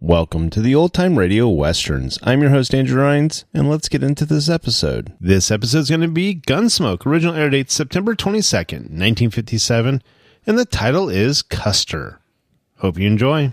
Welcome to the Old Time Radio Westerns. I'm your host, Andrew Rhines, and let's get into this episode. This episode's going to be Gunsmoke, original air date September 22nd, 1957, and the title is Custer. Hope you enjoy.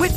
With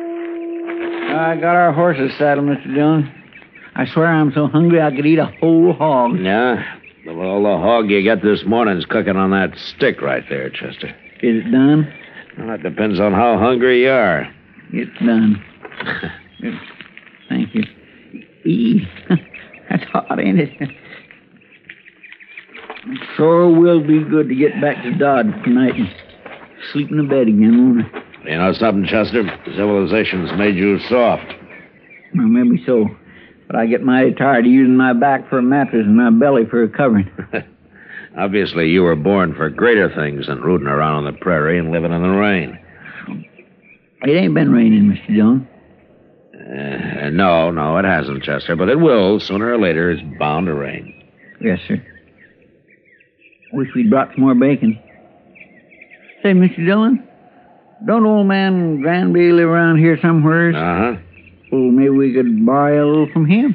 I got our horses saddled, Mr. Dillon. I swear I'm so hungry I could eat a whole hog. Yeah? Well, all the hog you got this morning's cooking on that stick right there, Chester. Is it done? Well, it depends on how hungry you are. It's done. Thank you. Eee. That's hot, ain't it? It Sure will be good to get back to Dodge tonight and sleep in the bed again, won't it? You know something, Chester? Civilization's made you soft. Well, maybe so. But I get mighty tired of using my back for a mattress and my belly for a covering. Obviously, you were born for greater things than rooting around on the prairie and living in the rain. It ain't been raining, Mr. Dillon. Uh, no, no, it hasn't, Chester, but it will sooner or later. It's bound to rain. Yes, sir. Wish we'd brought some more bacon. Say, Mr. Dillon, don't old man Granby live around here somewhere? Uh huh. Well, maybe we could borrow a little from him.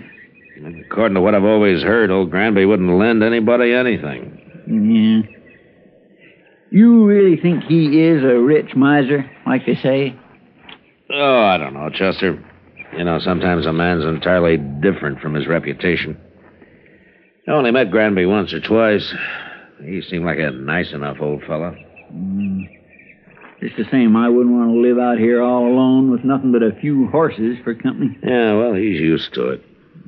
According to what I've always heard, old Granby wouldn't lend anybody anything. Yeah. You really think he is a rich miser, like they say? Oh, I don't know, Chester. You know, sometimes a man's entirely different from his reputation. I only met Granby once or twice. He seemed like a nice enough old fellow. Just the same, I wouldn't want to live out here all alone with nothing but a few horses for company. Yeah, well, he's used to it.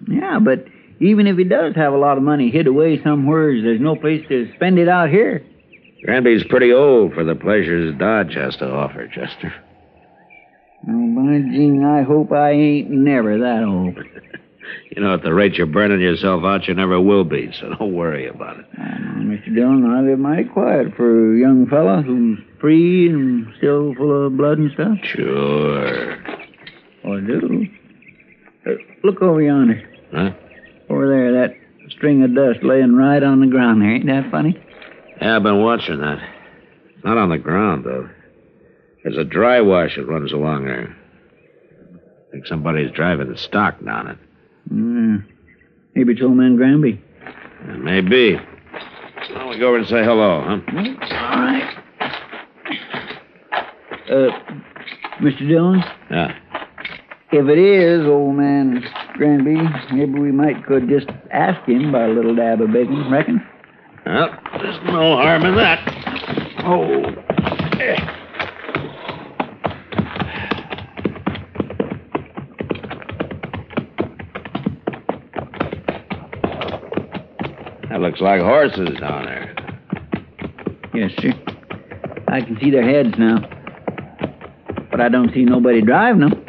Yeah, but even if he does have a lot of money hid away somewhere, there's no place to spend it out here. Granby's pretty old for the pleasures Dodge has to offer, Chester. Oh, by gee, I hope I ain't never that old. You know, at the rate you're burning yourself out, you never will be, so don't worry about it. Mr. Dillon, I live mighty quiet for a young fella who's free and still full of blood and stuff. Oh, Sure. I do. Uh, Look over yonder. Huh? Over there, that string of dust laying right on the ground there. Ain't that funny? Yeah, I've been watching that. It's not on the ground, though. There's a dry wash that runs along there. I think somebody's driving the stock down it. Yeah. Hmm. Maybe it's old man Granby. Maybe. Why don't we go over and say hello, huh? All right. Uh, Mr. Dillon, Yeah. if it is old man Granby, maybe we might could just ask him by a little dab of bacon, reckon? Well, there's no harm in that. Oh. That looks like horses down there. Yes, sir. I can see their heads now. But I don't see nobody driving them.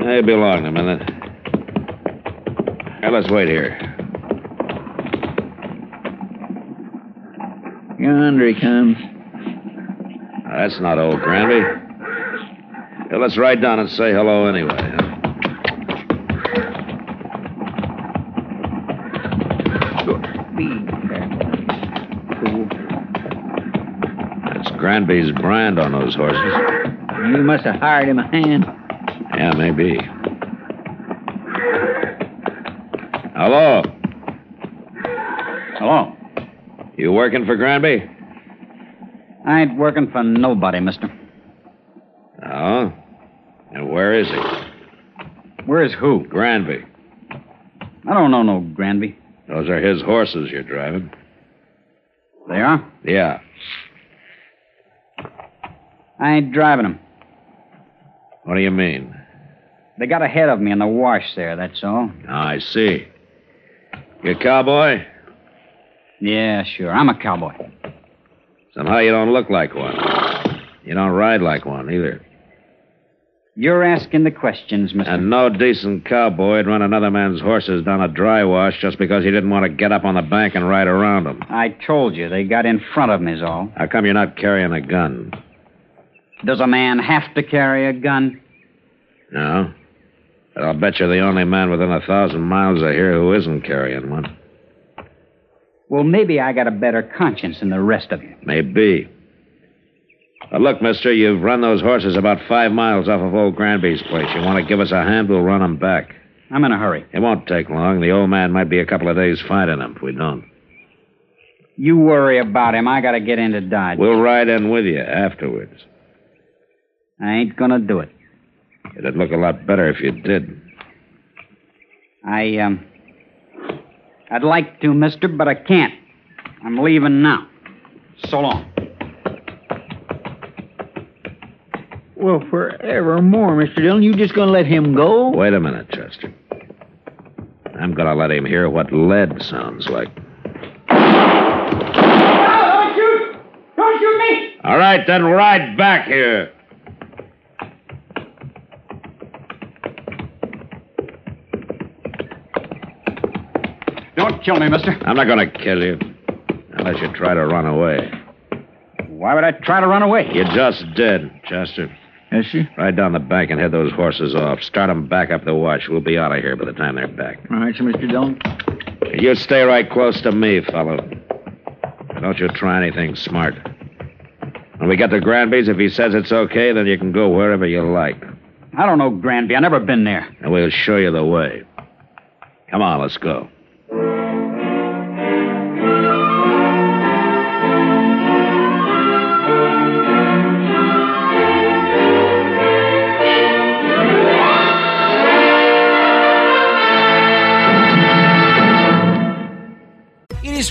Hey, belong in a minute. Hey, let's wait here. Yonder he comes. Now, that's not old Granby. Hey, let's ride down and say hello anyway. huh? That's Granby's brand on those horses. You must have hired him a hand. Yeah, maybe. Hello. Hello. You working for Granby? I ain't working for nobody, mister. Oh. And where is he? Where is who? Granby. I don't know no Granby. Those are his horses you're driving. They are? Yeah. I ain't driving them. What do you mean? They got ahead of me in the wash there, that's all. I see. You a cowboy? Yeah, sure. I'm a cowboy. Somehow you don't look like one. You don't ride like one either. You're asking the questions, mister. And no decent cowboy'd run another man's horses down a dry wash just because he didn't want to get up on the bank and ride around them. I told you they got in front of me, is all. How come you're not carrying a gun? Does a man have to carry a gun? No. But I'll bet you're the only man within a thousand miles of here who isn't carrying one. Well, maybe I got a better conscience than the rest of you. Maybe. Now look, mister, you've run those horses about five miles off of old Granby's place. You want to give us a hand, we'll run them back. I'm in a hurry. It won't take long. The old man might be a couple of days fighting him if we don't. You worry about him. I got to get into Dodge. We'll ride in with you afterwards. I ain't going to do it. It'd look a lot better if you did. I, um. I'd like to, mister, but I can't. I'm leaving now. So long. Well, forevermore, Mr. Dillon. You just gonna let him go? Wait a minute, Chester. I'm going to let him hear what lead sounds like. Don't shoot! Don't shoot me! All right, then ride back here. Don't kill me, mister. I'm not going to kill you unless you try to run away. Why would I try to run away? You just did, Chester. Yes, sir. Ride down the bank and head those horses off. Start 'em back up the wash. We'll be out of here by the time they're back. All right, sir, Mr. Dillon. You stay right close to me, fellow. And Don't you try anything smart. When we get to Granby's, if he says it's okay, then you can go wherever you like. I don't know Granby. i never been there. And we'll show you the way. Come on, let's go. It is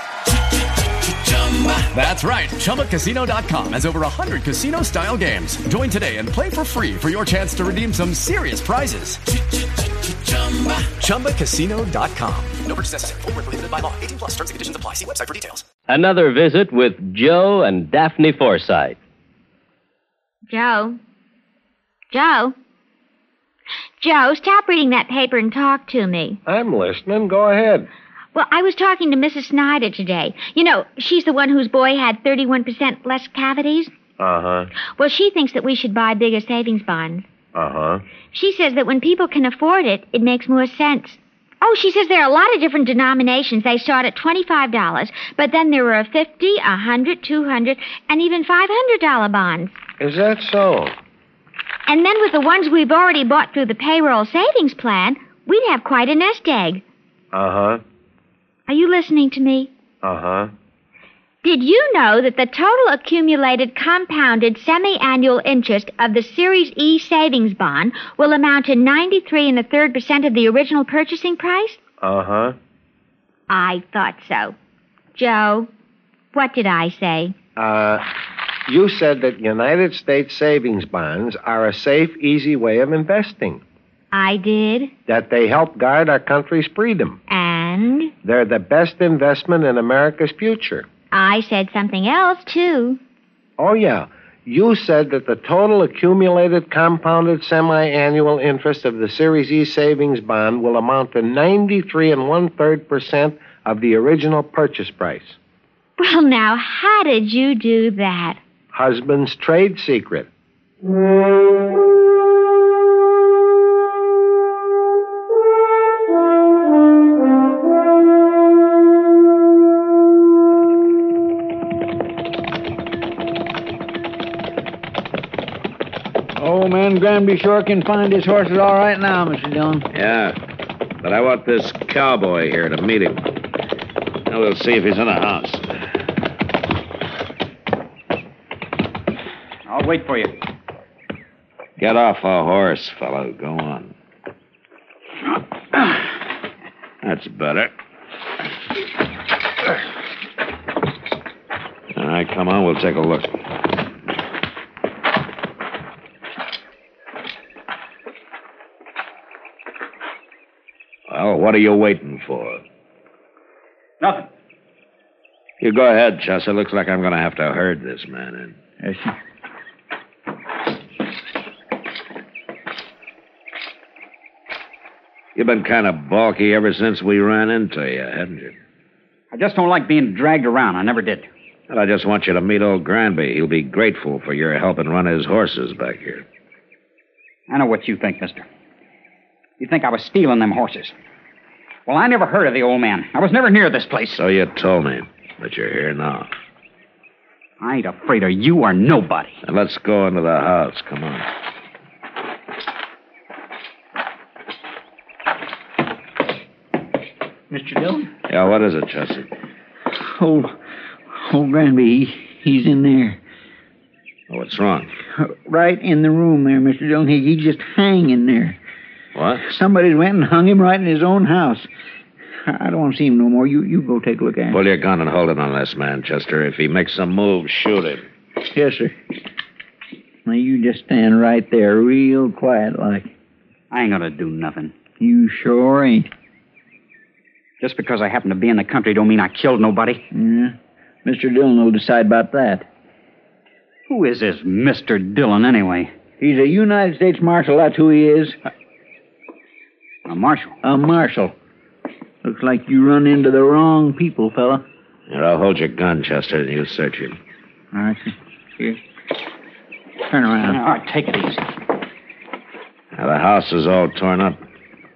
That's right. ChumbaCasino.com has over 100 casino-style games. Join today and play for free for your chance to redeem some serious prizes. ChumbaCasino.com. No purchase necessary. Void were prohibited by law. 18 plus terms and conditions apply. See website for details. Another visit with Joe and Daphne Forsythe. Joe? Joe? Joe, stop reading that paper and talk to me. I'm listening. Go ahead. Well, I was talking to Mrs. Snyder today. You know, she's the one whose boy had 31% less cavities. Uh huh. Well, she thinks that we should buy bigger savings bonds. Uh huh. She says that when people can afford it, it makes more sense. Oh, she says there are a lot of different denominations. They start at $25, but then there are 50, 100, 200, and even $500 bonds. Is that so? And then with the ones we've already bought through the payroll savings plan, we'd have quite a nest egg. Uh huh. Are you listening to me? Uh huh. Did you know that the total accumulated compounded semi-annual interest of the Series E savings bond will amount to 93 and a third percent of the original purchasing price? Uh huh. I thought so. Joe, what did I say? Uh, you said that United States savings bonds are a safe, easy way of investing, I did. that they help guard our country's freedom. And They're the best investment in America's future. I said something else, too. Oh, yeah. You said that the total accumulated compounded semi annual interest of the Series E savings bond will amount to 93 and one third percent of the original purchase price. Well, now, how did you do that? Husband's trade secret. Old man Granby sure can find his horses all right now, Mr. Dillon. Yeah. But I want this cowboy here to meet him. Now we'll see if he's in the house. I'll wait for you. Get off a horse, fellow. Go on. That's better. All right, come on. We'll take a look. Well, what are you waiting for? Nothing. You go ahead, Chester. Looks like I'm going to have to herd this man in. Yes, sir. You've been kind of balky ever since we ran into you, haven't you? I just don't like being dragged around. I never did. And I just want you to meet old Granby. He'll be grateful for your helping run his horses back here. I know what you think, mister. You think I was stealing them horses. Well, I never heard of the old man. I was never near this place. So you told me, but you're here now. I ain't afraid of you or nobody. Now let's go into the house. Come on. Mr. Dillon? Yeah, what is it, Chester? Old, old Granby, he, he's in there. Oh, what's wrong? Right in the room there, Mr. Dillon. He, he's just hanging there. What? Somebody went and hung him right in his own house. I I don't want to see him no more. You you go take a look at him. Pull your gun and hold it on this man, Chester. If he makes a move, shoot him. Yes, sir. Now you just stand right there, real quiet like. I ain't gonna do nothing. You sure ain't. Just because I happen to be in the country don't mean I killed nobody. Yeah. Mr. Dillon will decide about that. Who is this Mr. Dillon, anyway? He's a United States Marshal, that's who he is. A marshal? A marshal. Looks like you run into the wrong people, fella. Here, I'll hold your gun, Chester, and you search him. All right. sir. Here. Turn around. All right, take it easy. Now, the house is all torn up.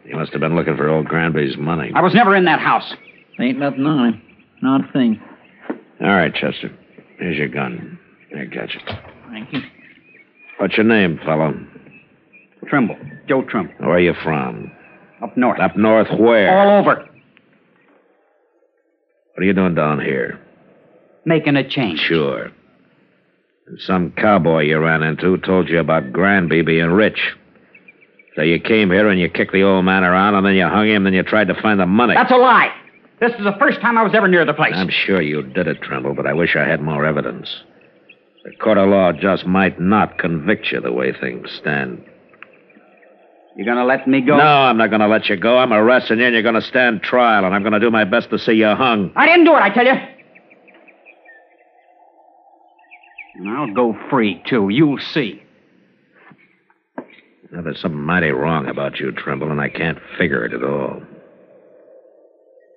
He must have been looking for old Granby's money. I was never in that house. Ain't nothing on him. Not a thing. All right, Chester. Here's your gun. Here, catch it. Thank you. What's your name, fellow? Trimble. Joe Trimble. Where are you from? Up north. Up north where? All over. What are you doing down here? Making a change. Sure. And some cowboy you ran into told you about Granby being rich. So you came here and you kicked the old man around and then you hung him and then you tried to find the money. That's a lie. This is the first time I was ever near the place. I'm sure you did it, Trimble, but I wish I had more evidence. The court of law just might not convict you the way things stand. You gonna let me go? No, I'm not going to let you go. I'm arresting you, and you're going to stand trial, and I'm going to do my best to see you hung. I didn't do it, I tell you. And I'll go free, too. You'll see. Now, there's something mighty wrong about you, Trimble, and I can't figure it at all.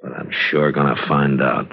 But I'm sure going to find out.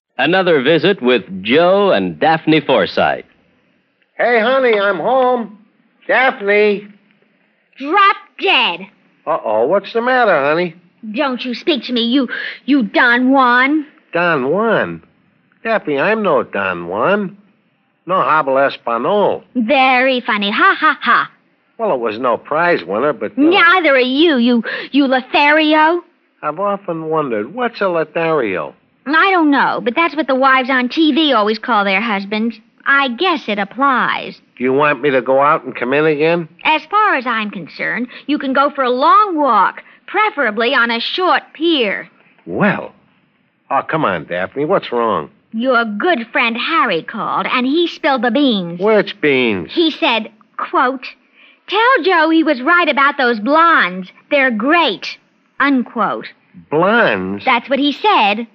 Another visit with Joe and Daphne Forsythe. Hey, honey, I'm home. Daphne. Drop dead. Uh oh, what's the matter, honey? Don't you speak to me, you, you Don Juan. Don Juan. Daphne, I'm no Don Juan. No habla español. Very funny. Ha ha ha. Well, it was no prize winner, but uh, you know, Neither are you, you, you Lothario. I've often wondered what's a Lothario? I don't know, but that's what the wives on TV always call their husbands. I guess it applies. Do you want me to go out and come in again? As far as I'm concerned, you can go for a long walk, preferably on a short pier. Well. Oh, come on, Daphne. What's wrong? Your good friend Harry called, and he spilled the beans. Which beans? He said, quote, Tell Joe he was right about those blondes. They're great. Unquote. Blondes? That's what he said.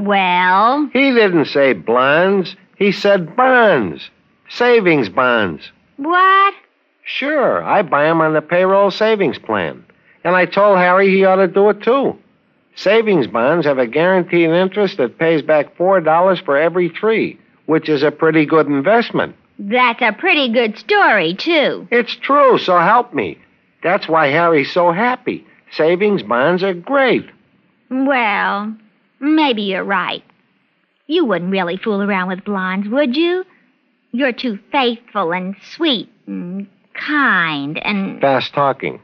well, He didn't say blondes. He said bonds. Savings bonds. what? Sure, I buy 'em on the payroll savings plan. And I told Harry he ought to do it too. Savings bonds have a guaranteed interest that pays back $4 for every three, which is a pretty good investment. That's a pretty good story, too. It's true, so help me. That's why Harry's so happy. Savings bonds are great. Well, maybe you're right. You wouldn't really fool around with blondes, would you? You're too faithful and sweet and kind and. Fast talking.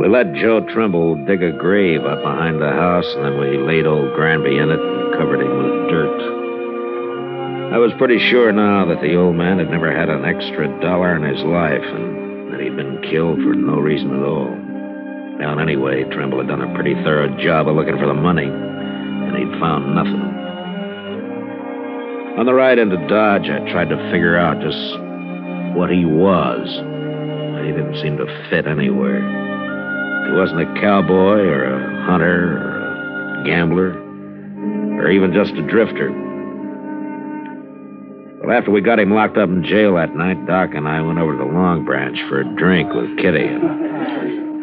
We let Joe Trimble dig a grave up behind the house, and then we laid old Granby in it and covered him with dirt. I was pretty sure now that the old man had never had an extra dollar in his life, and that he'd been killed for no reason at all. Now, anyway, Trimble had done a pretty thorough job of looking for the money, and he'd found nothing. On the ride into Dodge, I tried to figure out just what he was. He didn't seem to fit anywhere. He wasn't a cowboy or a hunter or a gambler or even just a drifter. Well, after we got him locked up in jail that night, Doc and I went over to the Long Branch for a drink with Kitty.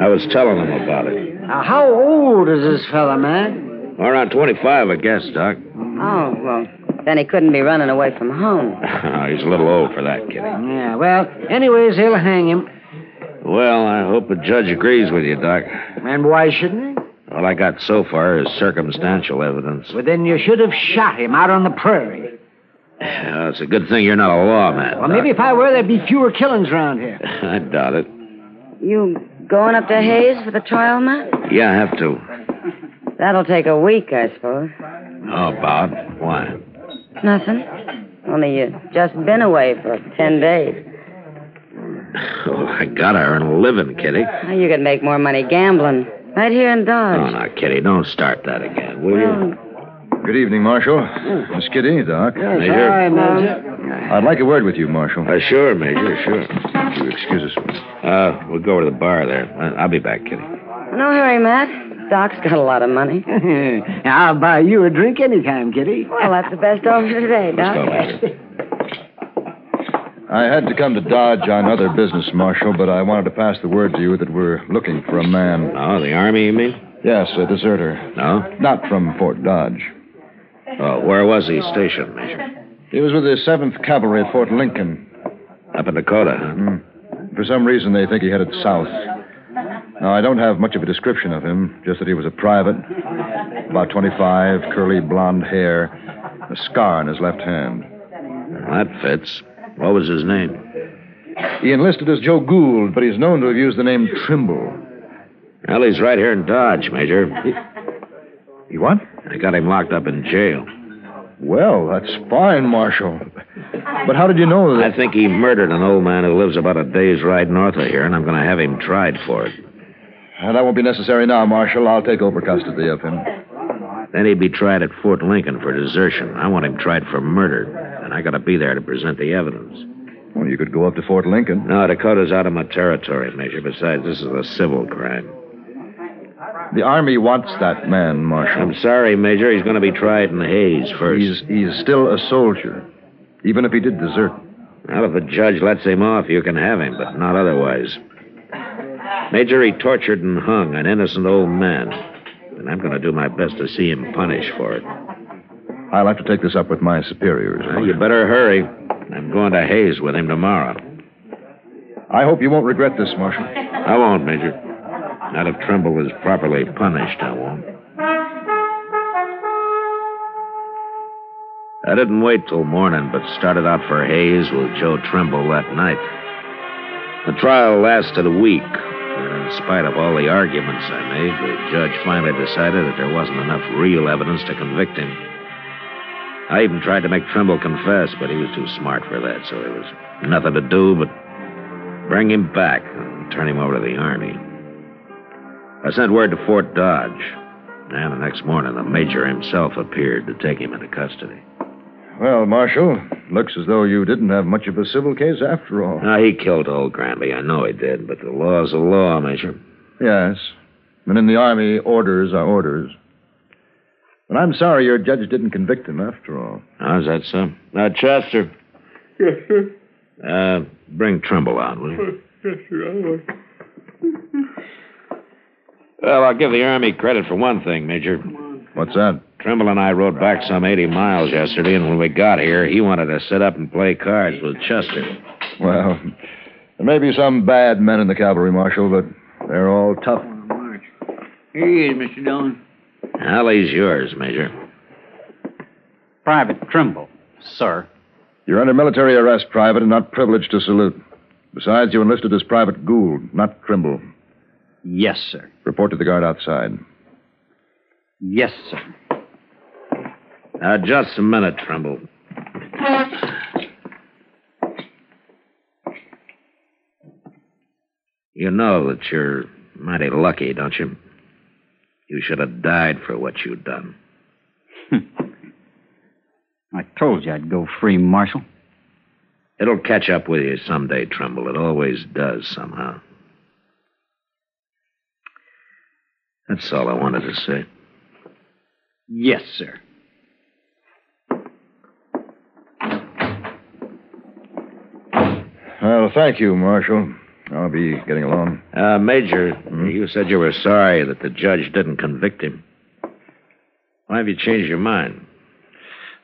I was telling him about it. Now, how old is this fella, man? Around 25, I guess, Doc. Oh, well, then he couldn't be running away from home. He's a little old for that, Kitty. Yeah, well, anyways, he'll hang him. Well, I hope the judge agrees with you, Doc. And why shouldn't All I got so far is circumstantial evidence. he? Well, then you should have shot him out on the prairie. Uh, it's a good thing you're not a lawman. Well, maybe if I were, there'd be fewer killings around here. I doubt it. You going up to Hayes for the trial, Matt? Yeah, I have to. That'll take a week, I suppose. Oh, Bob, why? Nothing. Only you just been away for ten days. Oh, I gotta earn a living, Kitty. Now You could make more money gambling right here in Dodge. Oh, now, Kitty, don't start that again, Oh, will you? Good evening, Marshal. Miss Kitty, Doc. Oh, Major. I'd like a word with you, Marshal. Uh, sure, Major, sure. You excuse us. Uh, we'll go over to the bar there. I- I'll be back, Kitty. No hurry, Matt. Doc's got a lot of money. I'll buy you a drink anytime, Kitty. Well, that's the best offer today, Doc. I had to come to Dodge on other business, Marshal, but I wanted to pass the word to you that we're looking for a man. Oh, the Army, you mean? Yes, a deserter. No? Not from Fort Dodge. Oh, where was he stationed, Major? He was with the 7th Cavalry at Fort Lincoln. Mm. Up in Dakota, huh? For some reason, they think he headed south. Now, I don't have much of a description of him, just that he was a private, about 25, curly blonde hair, a scar on his left hand. That fits. What was his name? He enlisted as Joe Gould, but he's known to have used the name Trimble. Well, he's right here in Dodge, Major. You what? I got him locked up in jail. Well, that's fine, Marshal. But how did you know that? I think he murdered an old man who lives about a day's ride north of here, and I'm going to have him tried for it. Uh, that won't be necessary now, Marshal. I'll take over custody of him. Then he'd be tried at Fort Lincoln for desertion. I want him tried for murder, and I got to be there to present the evidence. Well, you could go up to Fort Lincoln. No, Dakota's out of my territory, Major. Besides, this is a civil crime. The Army wants that man, Marshal. I'm sorry, Major. He's going to be tried in Hayes first. He's, he's still a soldier, even if he did desert. Well, if the judge lets him off, you can have him, but not otherwise. Major, he tortured and hung an innocent old man, and I'm going to do my best to see him punished for it. I'll have to take this up with my superiors. Well, you better hurry. I'm going to Hayes with him tomorrow. I hope you won't regret this, Marshal. I won't, Major. Not if Trimble is properly punished, I won't. I didn't wait till morning, but started out for Hayes with Joe Trimble that night. The trial lasted a week, and in spite of all the arguments I made, the judge finally decided that there wasn't enough real evidence to convict him. I even tried to make Trimble confess, but he was too smart for that, so there was nothing to do but bring him back and turn him over to the Army. I sent word to Fort Dodge, and the next morning the major himself appeared to take him into custody. Well, Marshal, looks as though you didn't have much of a civil case after all. Now, he killed old Granby. I know he did, but the law's the law, Major. Yes. And in the Army, orders are orders. But I'm sorry your judge didn't convict him after all. How's that, so? Now, Chester, Yes, sir. uh, bring Trimble out, will you? Yes, sir. I was. Well, I'll give the Army credit for one thing, Major. What's that? Trimble and I rode back some 80 miles yesterday, and when we got here, he wanted to sit up and play cards with Chester. Well, there may be some bad men in the cavalry, Marshal, but they're all tough. Here he is, Mr. Dillon. Alley's yours, Major. Private Trimble, sir. You're under military arrest, Private, and not privileged to salute. Besides, you enlisted as Private Gould, not Trimble. Yes, sir. Report to the guard outside. Yes, sir. Now, just a minute, Trimble. You know that you're mighty lucky, don't you? You should have died for what you've done. I told you I'd go free, Marshal. It'll catch up with you someday, Trimble. It always does somehow. That's all I wanted to say. Yes, sir. Well, thank you, Marshal. I'll be getting along. Hmm? Uh, Major, you said you were sorry that the judge didn't convict him. Why have you changed your mind?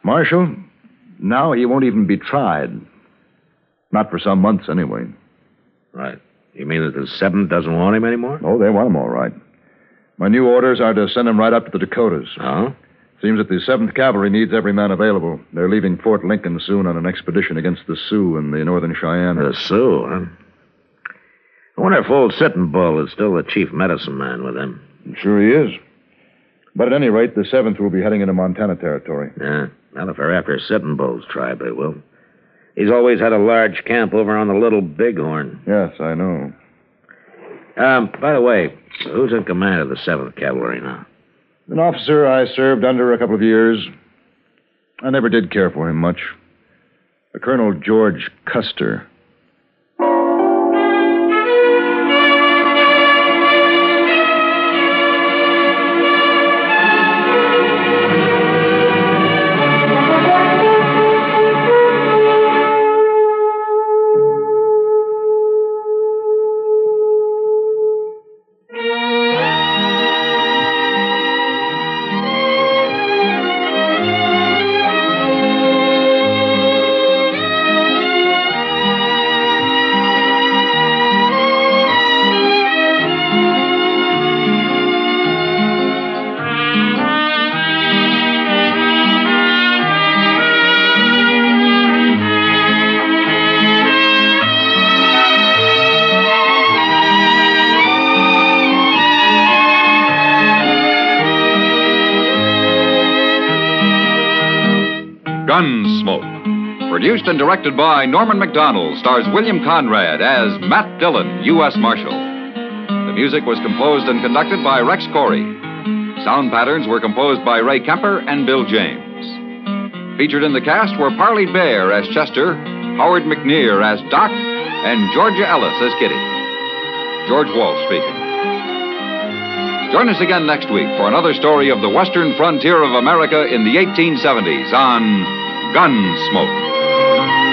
Marshal, now he won't even be tried. Not for some months, anyway. Right. You mean that the Seventh doesn't want him anymore? Oh, they want him all right. My new orders are to send him right up to the Dakotas. Oh? Seems that the 7th Cavalry needs every man available. They're leaving Fort Lincoln soon on an expedition against the Sioux and the Northern Cheyenne. The Sioux, huh? I wonder if old Sitting Bull is still the chief medicine man with him. Sure he is. But at any rate, the 7th will be heading into Montana territory. Yeah, not if they're after Sitting Bull's tribe, they will. He's always had a large camp over on the Little Bighorn. Yes, I know. Um, by the way, who's in command of the 7th Cavalry now? An officer I served under a couple of years. I never did care for him much. A Colonel George Custer. Gunsmoke. Produced and directed by Norman McDonald, stars William Conrad as Matt Dillon, U.S. Marshal. The music was composed and conducted by Rex Corey. Sound patterns were composed by Ray Kemper and Bill James. Featured in the cast were Parley Bear as Chester, Howard McNear as Doc, and Georgia Ellis as Kitty. George Walsh speaking. Join us again next week for another story of the western frontier of America in the 1870s on Gunsmoke.